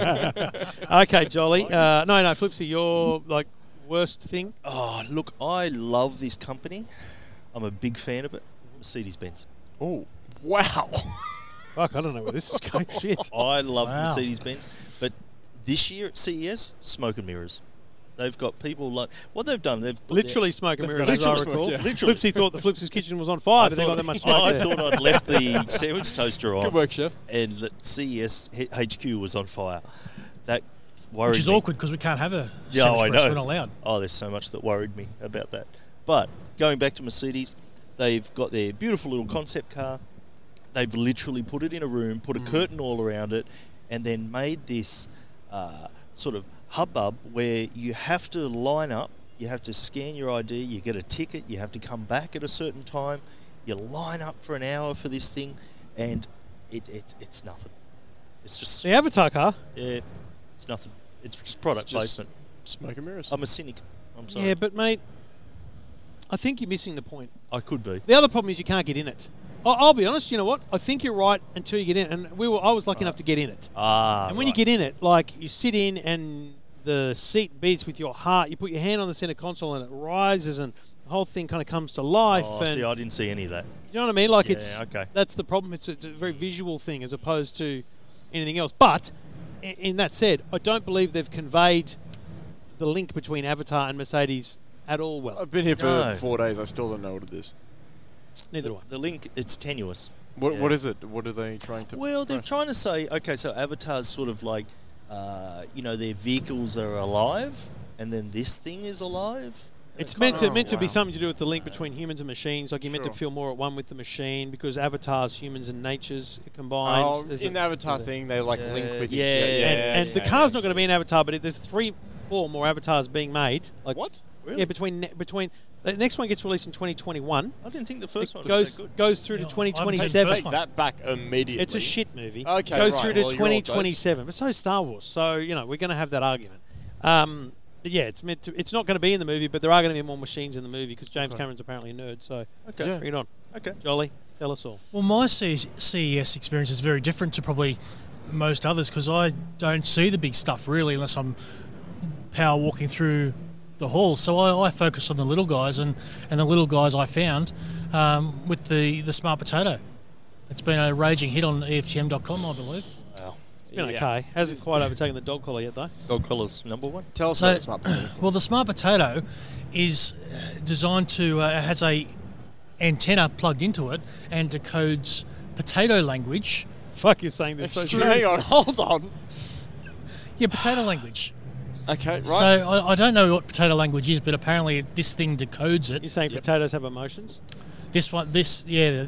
D: okay, Jolly. Uh, no, no, Flipsy, your like worst thing.
G: oh, look, I love this company. I'm a big fan of it. Mercedes Benz.
E: oh wow,
D: Fuck, I don't know where this is going. Shit.
G: I love
F: Wow.
G: Mercedes Benz, but this year at CES, smoke and mirrors. They've got people like what they've done. They've put their-
D: Literally smoke and mirrors, as I
G: Literally smoke,
D: recall.
E: yeah.
G: Literally.
D: Flipsy thought the Flipsy's kitchen was on fire, but they got that much smoke.
G: I
D: there.
G: thought I'd left the sandwich toaster on,
E: good work, chef.
G: and the CES H- HQ was on fire. That worried
F: Which is
G: me.
F: awkward because we can't have a
G: Yeah, oh,
F: sandwich
G: I
F: press.
G: know.
F: We're not allowed.
G: Oh, there's so much that worried me about that. But going back to Mercedes, they've got their beautiful little concept car. They've literally put it in a room, put a curtain all around it, and then made this uh, sort of hubbub where you have to line up, you have to scan your ID, you get a ticket, you have to come back at a certain time, you line up for an hour for this thing, and it, it, it's nothing. It's just
D: The Avatar car.
G: yeah, it's nothing. It's just product
E: It's just-
G: placement. Um,
E: Smoke and mirrors.
G: I'm a cynic. I'm sorry.
D: Yeah, but mate, I think you're missing the point.
G: I could be.
D: The other problem is you can't get in it. I- I'll be honest. You know what? I think you're right until you get in. And we were. I was lucky enough to get in it.
G: Ah.
D: and when you get in it, like you sit in and the seat beats with your heart. You put your hand on the center console and it rises, and the whole thing kind of comes to life.
G: oh,
D: and
G: see, I didn't see any of that.
D: You know what I mean? Like
G: Yeah,
D: it's
G: okay.
D: that's the problem. It's, it's a very visual thing as opposed to anything else. But in, in that said, I don't believe they've conveyed the link between Avatar and Mercedes at all. Well,
E: I've been here for
G: No.
E: four days. I still don't know what it is.
D: neither do I.
G: The link, it's tenuous.
E: What,
G: Yeah.
E: what is it? What are they trying to?
G: Well, they're
E: Right.
G: trying to say, okay, so Avatar's sort of like, uh, you know, their vehicles are alive, and then this thing is alive. And
D: It's meant to
E: Oh,
D: meant to be
E: wow.
D: something to do with the link between humans and machines. Like you're meant
E: Sure.
D: to feel more at one with the machine because avatars, humans, and natures combined.
E: Oh,
D: There's
E: in
D: a-
E: the Avatar
D: there's a-
E: thing, they like
G: Yeah,
E: link with
G: yeah,
E: each other.
G: yeah,
D: and, and the
E: yeah,
D: car's
E: yeah.
D: not going to be an avatar, but it, there's three, four more avatars being made. Like
E: What?
D: Yeah, between ne- between the next one gets released in 2021.
G: I didn't think the first one
D: It
G: was
D: goes
G: that good.
D: goes through to
F: Yeah, I haven't seen the first
D: 2027.
E: Take that back immediately.
D: It's a shit movie.
E: Okay,
D: goes
E: right,
D: through to
E: well, you're all dopes.
D: 2027. But so is Star Wars. So you know we're going to have that argument. Um, but yeah, it's meant to. It's not going to be in the movie, but there are going to be more machines in the movie because James Cameron's apparently a nerd. So
G: Okay.
E: Yeah.
D: bring it on,
G: Okay.
D: Jolly. Tell us all.
F: Well, my CES CES experience is very different to probably most others because I don't see the big stuff really unless I'm power walking through the hall. So I, I focus on the little guys and, and the little guys I found um, with the, the smart potato. It's been a raging hit on E EFTM.com, I believe.
D: It's been
E: Yeah.
D: okay. Hasn't quite overtaken the dog collar yet though.
G: Gold collar's number one.
E: Tell us
F: So-
E: about the smart potato.
F: Well, the smart potato is designed to uh, has a antenna plugged into it and decodes potato language.
D: Fuck, you're saying this. so
E: Excuse- Hang on, hold on.
F: Yeah, potato language.
E: Okay, right.
F: So I, I don't know what potato language is, but apparently this thing decodes
D: You're
F: it.
D: saying potatoes have emotions.
F: This one, this yeah.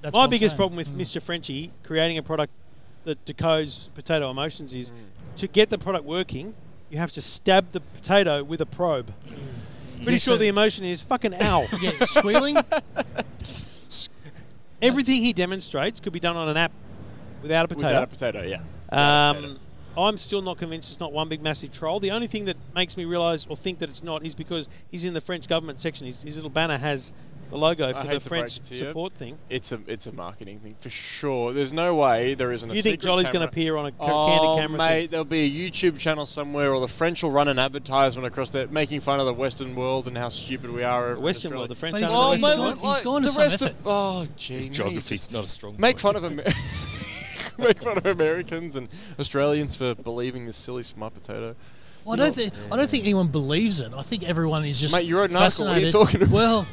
F: That's what
D: My
F: I'm
D: biggest
F: saying. Mm.
D: problem with Mr. Frenchie creating a product that decodes potato emotions is
F: Mm.
D: to get the product working, you have to stab the potato with a probe. Pretty
F: Mm. Yes,
D: sure
F: sir.
D: the emotion is fucking ow.
F: Yeah, squealing.
D: Everything he demonstrates could be done on an app without a potato.
E: Without a potato, yeah.
D: Um, I'm still not convinced it's not one big massive troll. The only thing that makes me realise or think that it's not is because he's in the French government section. His, his little banner has the logo for
E: hate
D: the
E: to break
D: French
E: it to you.
D: support thing.
E: It's a it's a marketing thing for sure. There's no way there isn't. A
D: You think
E: secret
D: Jolly's
E: camera.
D: going to appear on a ca-
E: Oh,
D: candid camera?
E: mate,
D: thing?
E: there'll be a YouTube channel somewhere, or the French will run an advertisement across there, making fun of the Western world and how stupid we are. over
D: The
E: in
D: Western world, the
E: Australia.
D: French.
F: But he's
D: aren't
F: got-
E: Oh,
D: on
E: mate,
D: the-
F: gone-
E: like,
F: he's gone
E: the
F: to some
E: rest
F: effort.
E: of oh, gee,
G: His
E: mate,
G: geography's
E: just
G: not a strong
E: Make
G: point.
E: fun of Amer- make fun of Americans and Australians for believing this silly smart potato.
F: Well, I don't think I don't think anyone believes it. I think everyone is just
E: Mate, you wrote an article.
F: fascinated.
E: What are you talking about?
F: Well,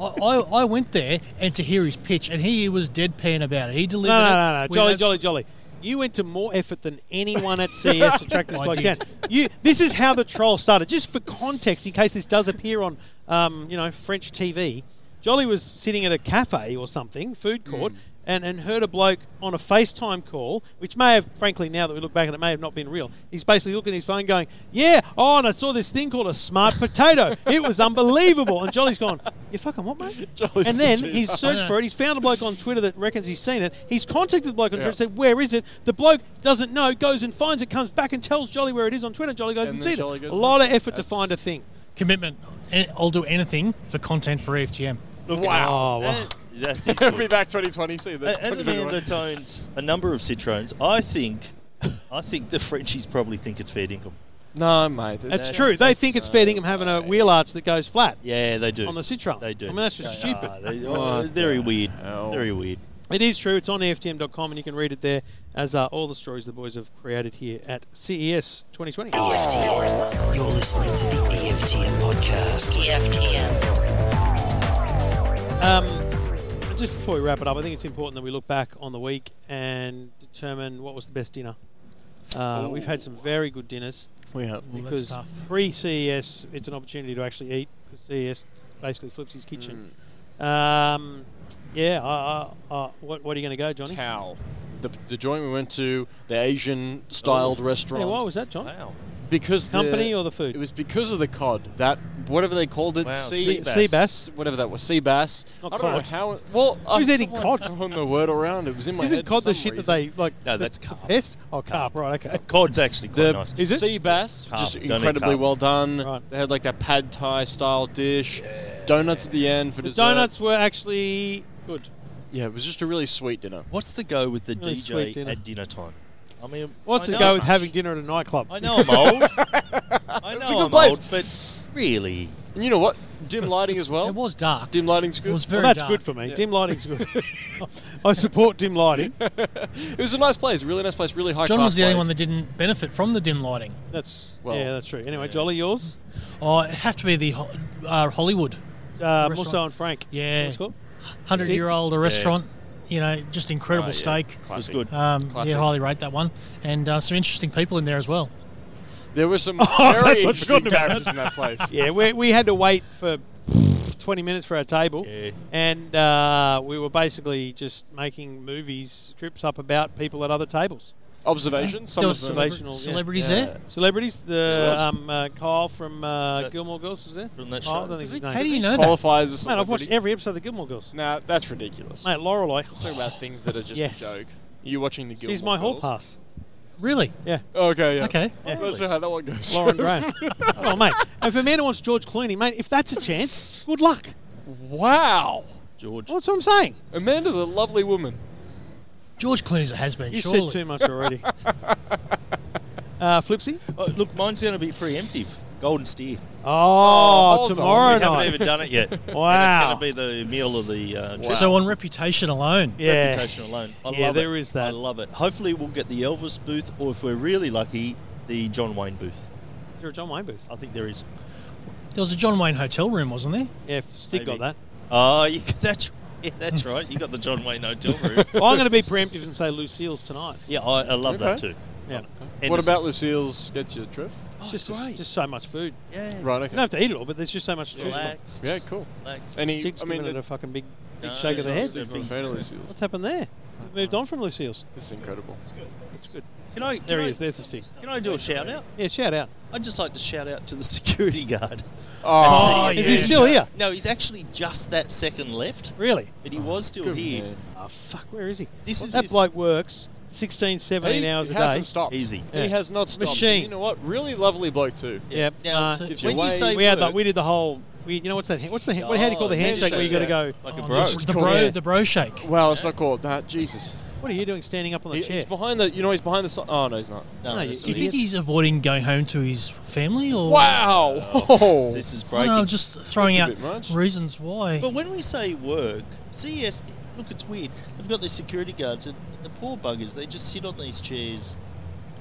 F: I, I, I went there and to hear his pitch, and he was deadpan about it. He delivered.
D: No,
F: it
D: no, no, no.
F: with
D: Jolly,
F: abs-
D: jolly, jolly. You went to more effort than anyone at CES to track this
F: I
D: bike down.
F: did.
D: You, this is how the troll started. Just for context, in case this does appear on, um, you know, French TV, Jolly was sitting at a cafe or something, food court, and, and heard a bloke on a FaceTime call, which may have, frankly, now that we look back at it, may have not been real. He's basically looking at his phone going, Yeah, oh, and I saw this thing called a smart potato. It was unbelievable. And Jolly's gone, You fucking what, mate?
E: Jolly's
D: and then
E: been
D: he's
E: too
D: searched
F: hard.
D: for it. He's found a bloke on Twitter that reckons he's seen it. He's contacted the bloke on Twitter
E: Yeah.
D: and said, Where is it? The bloke doesn't know, goes and finds it, comes back and tells Jolly where it is on Twitter. Jolly goes
E: And
D: and,
E: then
D: sees
E: Jolly
D: it.
E: goes
D: A lot
E: and-
D: of effort to
E: That's-
D: find a thing.
F: Commitment. And I'll do anything for content for E EFTM.
D: Wow.
G: Uh, that is
E: We'll be
G: good.
E: back 2020. See you then.
G: A- As a man
E: 2021.
G: that's owned a number of Citroens, I think, I think the Frenchies probably think it's fair dinkum.
E: No, mate.
D: That's,
G: That's-
D: true. They
G: that's
D: think it's
G: so
E: uh,
D: fair dinkum having a
G: right.
D: wheel arch that goes flat
G: Yeah, they do.
D: on the Citroen.
G: They do.
D: I mean, that's just
G: They
D: stupid.
G: are. They, oh, very weird. Very weird.
D: It is true. It's on E EFTM.com and you can read it there, as are all the stories the boys have created here at E CES 2020.
C: E EFTM. You're listening to the E EFTM podcast.
B: EFTM.
D: Um, and just before we wrap it up, I think it's important that we look back on the week and determine what was the best dinner. Uh, we've had some very good dinners
E: we have.
F: Well, that's
D: because
F: tough.
D: pre CES, it's an opportunity to actually eat. 'cause CES basically flips his kitchen. Um, yeah, I, I, I, what, what are you going to go, Johnny?
E: Tao. The, the joint we went to, the Asian styled restaurant.
D: Yeah, Oh. why was that, John?
G: Wow.
E: because the-
D: Company or the food?
E: It was because of the cod. That whatever they called it,
G: Wow,
E: sea,
G: sea
D: Sea- sea bass.
E: s- whatever that was, sea bass.
D: Not
E: I don't
D: cod.
E: know how. It, well,
D: Who's
E: I,
D: eating
E: someone
D: cod?
E: Throwing the word around, it was in my
D: Isn't
E: head.
D: cod
E: for
D: the
E: some
D: shit
E: reason.
D: that they like?
G: No,
D: the-
G: that's
D: the
G: carp.
D: Pest? Oh, carp. Right. Okay.
G: Cod's actually quite
F: Oh,
E: The
G: nice.
D: Is it?
E: sea bass,
G: Carp,
E: just
G: don't eat
E: incredibly
G: carp.
E: well done.
D: Right.
E: They had like that pad thai style dish, donuts at the end for
D: The
E: dessert.
D: donuts were actually good.
E: Yeah, it was just a really sweet dinner.
G: What's the go with the
D: Really sweet
G: DJ
D: dinner.
G: at dinner time? I mean,
D: What's
G: I
D: the
G: know-
D: go with having dinner at a nightclub?
G: I know I'm old. I know
E: good
G: I'm
E: place.
G: old, but really,
E: And you know what? Dim lighting as well.
F: It was dark.
E: Dim lighting's good.
F: It was very
D: Well, that's
F: dark.
D: good for me. Dim lighting's good. I support dim lighting.
E: It was a nice place, really nice place, really high
F: John
E: class
F: was the only
E: place.
F: one that didn't benefit from the dim lighting.
D: That's
E: Well,
D: yeah, that's true. Anyway, Jolly, yours,
F: Oh, it have to be the Ho- uh, Hollywood
D: uh,
F: restaurant.
D: Musso and Frank.
F: Yeah.
D: What's it called?
F: hundred year old restaurant. You know, just incredible
E: Oh, yeah.
F: steak.
G: it was
E: Classic.
G: good.
F: Um,
E: Classic.
F: yeah, highly rate that one, and uh, some interesting people in there as well.
E: There were some
D: Oh, that's what I'd
E: very interesting
D: forgotten about.
E: characters in that place.
D: Yeah, we, we had to wait for 20 minutes for our table,
G: Yeah.
D: and uh, we were basically just making movies, scripts up about people at other tables.
E: Observation. Some
F: there
E: of
F: was
E: them.
D: celebra-
F: celebra-
D: Observational, yeah.
F: celebrities there.
D: Celebrities, the
E: There was.
D: um, uh, Kyle from uh,
G: That-
D: Gilmore Girls was there.
G: from that
D: Oh,
G: show.
D: I don't think
G: Does
D: his
G: he-
D: name.
F: How do
D: is
F: you
D: it?
F: know that?
E: qualifies as a
D: Man, I've watched
E: celebrity.
D: every episode of the Gilmore Girls.
E: Nah, that's ridiculous.
D: Mate, Lorelei,
E: Let's talk about things that are just
D: Yes.
E: a joke. You watching the Gilmore
D: she's my hall
E: Girls? Oh,
D: pass.
F: Really?
D: Yeah.
E: Okay, yeah.
F: Okay.
E: I'm not sure how that one goes.
D: Lauren Graham. oh, mate. If Amanda wants George Clooney, mate, if that's a chance, good luck.
E: Wow.
G: George.
D: That's what I'm saying.
E: Amanda's a lovely woman.
F: George Clooney's a has been.
D: You
F: surely.
D: said too much already. uh, Flipsy?
G: Oh, look, mine's going to be preemptive. Golden steer.
E: Oh,
D: Oh,
E: hold on.
D: tomorrow
E: We
G: haven't
D: night.
G: even done it yet.
D: Wow.
G: And it's going to be the meal of the uh, trip.
F: So on reputation alone,
D: yeah.
G: reputation alone. I
D: Yeah,
G: love
D: there
G: it.
D: is that.
G: I love it. Hopefully, we'll get the Elvis booth, or if we're really lucky, the John Wayne booth.
D: Is there a John Wayne booth?
G: I think there is.
F: there was a John Wayne hotel room, wasn't there?
D: Yeah, if Stig
G: Maybe.
D: got that.
G: Oh, you, that's yeah, that's right. You got the John Wayne hotel room.
D: Well, I'm going to be preemptive and say Lucille's tonight.
G: yeah, I, I love that
E: Okay.
G: too.
D: Yeah.
E: What
G: Henderson.
E: about Lucille's Get Your Trip?
D: It's just, it's just so much food.
G: Yeah.
E: Right,
D: You
E: okay.
D: don't have to eat it all, but there's just so much to choose from.
G: Relaxed.
E: Yeah, cool.
G: Relaxed.
E: Any,
D: Stig's
E: I mean,
D: giving it
E: it-
D: a fucking big, big
G: No,
D: shake of the
G: it's-
D: head.
E: Stig's not a
G: big-
E: fan of Lucille's.
D: What's happened there? We've moved on from Lucille's.
E: This is incredible.
G: Can I, can
D: There he
G: I-
D: is. There's the stick.
G: Can I do a shout out?
D: Yeah, shout out.
G: I'd just like to shout out to the security guard.
E: Oh,
G: At
D: Is
G: CES.
D: he still here?
G: No, he's actually just that second left,
D: Really?
G: but he was still
E: good
G: here.
E: man.
D: Oh, fuck, where is he?
G: This
D: Well,
G: is
D: that
G: his-
D: bloke works 16, 17
E: He-
D: hours a
E: he hasn't
D: day.
E: stopped.
G: Easy.
D: Yeah.
E: He has not stopped.
D: Machine.
E: You know what? Really lovely bloke too.
D: Yeah.
G: Now,
D: uh,
F: so-
E: Gives
G: when
E: you
G: you
E: away.
G: say
D: we had
G: word-
D: that. We did the whole. We, you know what's that? hand- What's the? hand- What, how do you call the
G: Oh,
D: handshake where you got to go?
E: handshake,
G: like a
F: Oh,
G: bro.
F: this- the
E: Cool.
F: bro,
E: Yeah.
F: the bro shake.
E: Wow, it's not called that. Jesus.
D: What are you doing standing up on the
E: He-
D: chair?
E: he's behind the. You know, he's behind the. si- Oh no, he's not.
G: No,
D: No, you-
G: this,
F: Do you
G: is,
F: think he's avoiding going home to his family, or
E: Wow. Oh.
G: this is
F: I
G: breaking.
F: don't know, just throwing
E: That's
F: out
E: a bit much.
F: reasons why.
G: But when we say work, CES, look, it's weird. They've got these security guards, and the poor buggers, they just sit on these chairs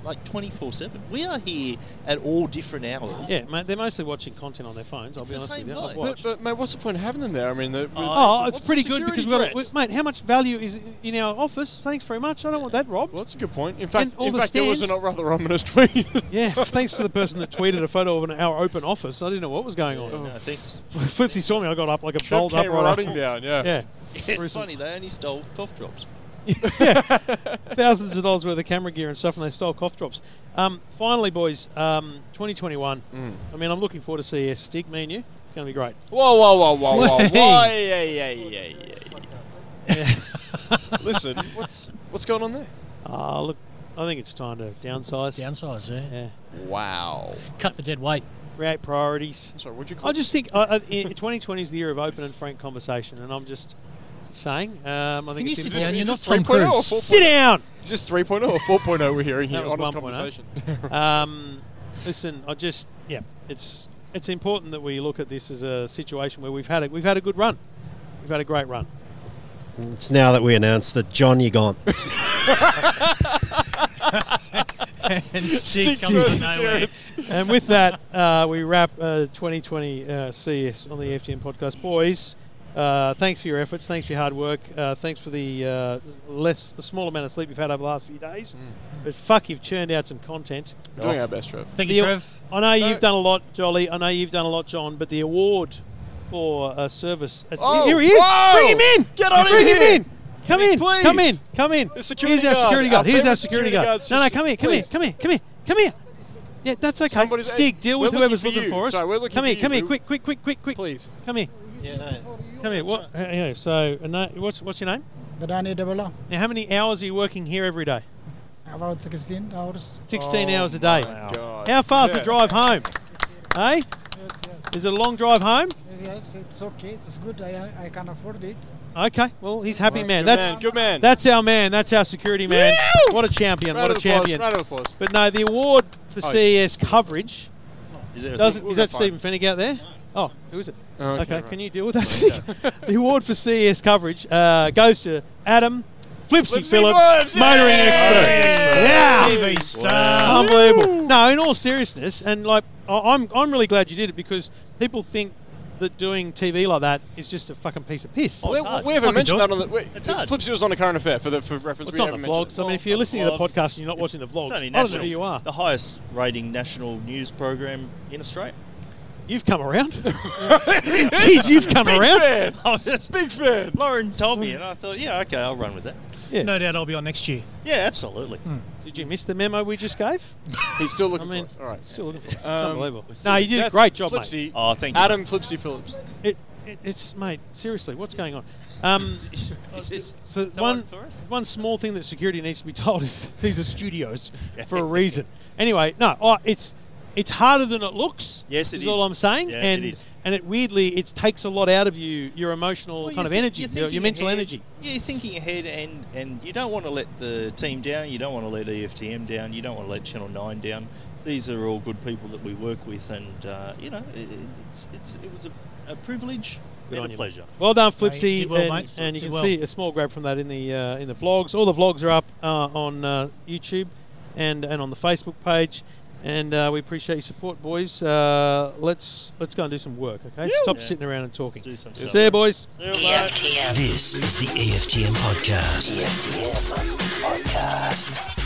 G: like 24 7. We are here at all different hours.
D: yeah, mate, they're mostly watching content on their phones. I'll
G: It's
D: be
G: the
D: honest
G: same
D: with you. I've
G: bloke.
E: But,
D: watched.
E: but mate, what's the point of having them there? I mean, the,
D: Oh, it's
E: what's the
D: pretty good because
E: security
D: we've got,
E: threat?
D: we- mate. How much value is in our office? Thanks very much. I don't want that robbed.
E: Well, that's a good point. In fact,
D: And all
E: in
D: the
E: fact, there was
D: stands-
E: a not rather ominous tweet.
D: Yeah, thanks to the person that tweeted a photo of an, our open office. I didn't know what was going on.
G: No, thanks.
D: Flipsy saw me. I got up like a
E: Trev
D: bald up
E: came
D: right up.
E: running down. Yeah.
D: Yeah,
G: It's funny, they only stole cough drops.
D: thousands of dollars worth of camera gear and stuff, and they stole cough drops. Um, finally, boys, um, 2021. I mean, I'm looking forward to CES. Stig, me and you. It's going to be great.
E: Whoa, whoa, whoa, whoa, whoa, whoa!
F: Hey.
E: Yeah, yeah, yeah, Listen, what's what's going on there?
D: Ah, look, I think it's time to downsize.
F: Downsize, yeah.
D: Yeah.
E: Wow.
F: Cut the dead weight.
D: Create priorities.
E: Sorry, what'd you call?
D: I just think uh, 2020 is the year of open and frank conversation, and I'm just saying. Um, I think
F: Can you
D: it's
F: sit
D: important-
F: down? You're
E: is
F: not
E: this
F: Tom
E: 3.0 or
F: Cruise.
E: 4.0?
D: Sit down.
E: Is this 3.0 or 4.0 we're hearing here?
D: That was oh.
E: Honest
D: 1.0.
E: conversation.
D: Um, listen, I just yeah, it's it's important that we look at this as a situation where we've had a, we've had a good run, we've had a great run.
I: It's now that we announced that John, you're gone.
F: And stick
E: Stick
F: comes
E: to
F: from
E: it.
F: nowhere.
D: and with that, uh, we wrap uh, 2020 uh, CS on the FTM podcast. Boys, uh, thanks for your efforts. Thanks for your hard work. Uh, thanks for the uh, less the small amount of sleep you've had over the last few days.
E: Mm.
D: But fuck, you've churned out some content.
E: Doing our best, Trev.
F: Thank
D: The-
F: you, Trev.
D: I know
E: No.
D: you've done a lot, Jolly. I know you've done a lot, John. But the award for uh, service. It's,
E: Oh,
D: here he is.
E: whoa.
D: Bring him in.
E: Get on in
D: Bring
E: here.
D: him in. Come in.
E: Please.
D: Come in. Come in.
E: The security
D: Here's our
E: guard.
D: security
E: Our
D: guard. Here's our
E: favourite
D: security,
E: security
D: guard.
E: guard's
D: No, no.
E: just-
D: Come here. Come
E: please.
D: here. Come here. Come here. Come here. Yeah, that's okay.
E: Somebody's-
D: Stig, deal with
E: We're
D: whoever's
E: looking
D: looking
E: for you.
D: for us.
E: Sorry, we're looking
D: come
E: for
D: here,
E: you,
D: come here,
E: Boo.
D: quick, quick, quick, quick, quick.
E: Please.
D: Come here. Come here. What? uh, yeah, so, uh, no, what's what's your name?
J: Badani Dabala,
D: Now, how many hours are you working here every day?
J: about 16 hours.
D: 16 hours a day.
E: Oh, God.
D: How far's the
E: Yeah.
D: drive home? Hey,
J: Yes, yes,
D: is it a long drive home?
J: yes, yes, it's okay, it's good, I, I can afford it.
D: Okay. Well, he's happy man.
E: Good
D: That's
E: man. Good man.
D: that's our man. That's our security man. What a champion! What
E: round
D: a
E: of applause,
D: champion!
E: Round of applause.
D: But no, the award for
E: Oh,
D: CES coverage
G: Is there a
D: doesn't.
E: we'll
D: Is
E: go
D: that
E: find
D: Stephen Fennig out there? Oh, who is it?
E: Oh,
D: Okay,
E: okay, right.
D: can you deal with that? the award for CES coverage uh, goes to Adam Flipsy,
E: Flipsy
D: Phillips,
E: Phillips,
D: motoring
E: yay!
D: expert.
E: Motoring expert.
D: Yeah,
F: TV star.
D: unbelievable. No, in all seriousness, and like I- I'm, I'm really glad you did it because people think that doing TV like that is just a fucking piece of piss.
E: We,
G: hard.
E: we haven't
F: Fucking
E: mentioned
F: dog.
E: that on the. Wait,
G: It's hard.
E: Flipsy was on a current affair for the for reference.
D: It's
E: we
D: on the
E: haven't
D: vlogs. I mean, if you're listening to the
G: vlog.
D: podcast and you're not watching the vlogs,
G: It's only
D: I don't know
G: national.
D: who you are.
G: The highest rating national news program in Australia.
D: You've come around. Jeez, you've come around. Oh,
E: Man,
G: I was-
E: big fan.
G: Lauren told
D: Hmm.
G: me, and I thought, yeah, okay, I'll run with that.
D: Yeah.
F: No doubt I'll be on next year.
G: Yeah, absolutely.
D: Did you miss the memo we just gave?
E: He's still
D: I
E: looking
D: mean,
E: for us. All right.
D: still looking for us.
E: Um,
D: Unbelievable.
G: we're
D: No,
G: still-
D: you did a
E: That's
D: great job, mate.
E: Flipsy.
G: Oh, thank you.
E: Adam Flipsy Phillips.
D: It, it, it's mate, seriously, what's going on? Um,
G: Is this
D: so
G: someone
D: one
G: for us?
D: one small thing that security needs to be told is these are studios for a reason. Anyway, no, oh, it's it's harder than it looks.
G: Yes, it
D: is all
G: is.
D: I'm saying.
G: Yeah,
D: and
G: it is.
D: and it weirdly it takes a lot out of you, your emotional
G: Well,
D: kind
G: you're
D: of
G: thi-
D: energy,
G: you're
D: your, your
G: thinking
D: mental
G: ahead-
D: energy.
G: Yeah, you're thinking ahead, and and you don't want to let the team down. You don't want to let E EFTM down. You don't want to let Channel Nine down. These are all good people that we work with, and uh, you know, i- i- it's it's it was a, a privilege
D: Good on
G: and a
D: you, mate.
G: pleasure.
D: Well done,
F: you
D: Flipsy,
F: did well,
D: and,
F: mate.
D: and you
F: Did
D: can
F: well.
D: see a small grab from that in the uh, in the vlogs. All the vlogs are up uh, on uh, YouTube and and on the Facebook page. And uh, we appreciate your support, boys. Uh, let's let's go and do some work, okay? Stop
G: Yeah.
D: sitting around and talking.
G: Let's do some
D: See
G: stuff.
D: you, boys.
B: EFTM.
C: E This is the EFTM podcast. EFTM podcast.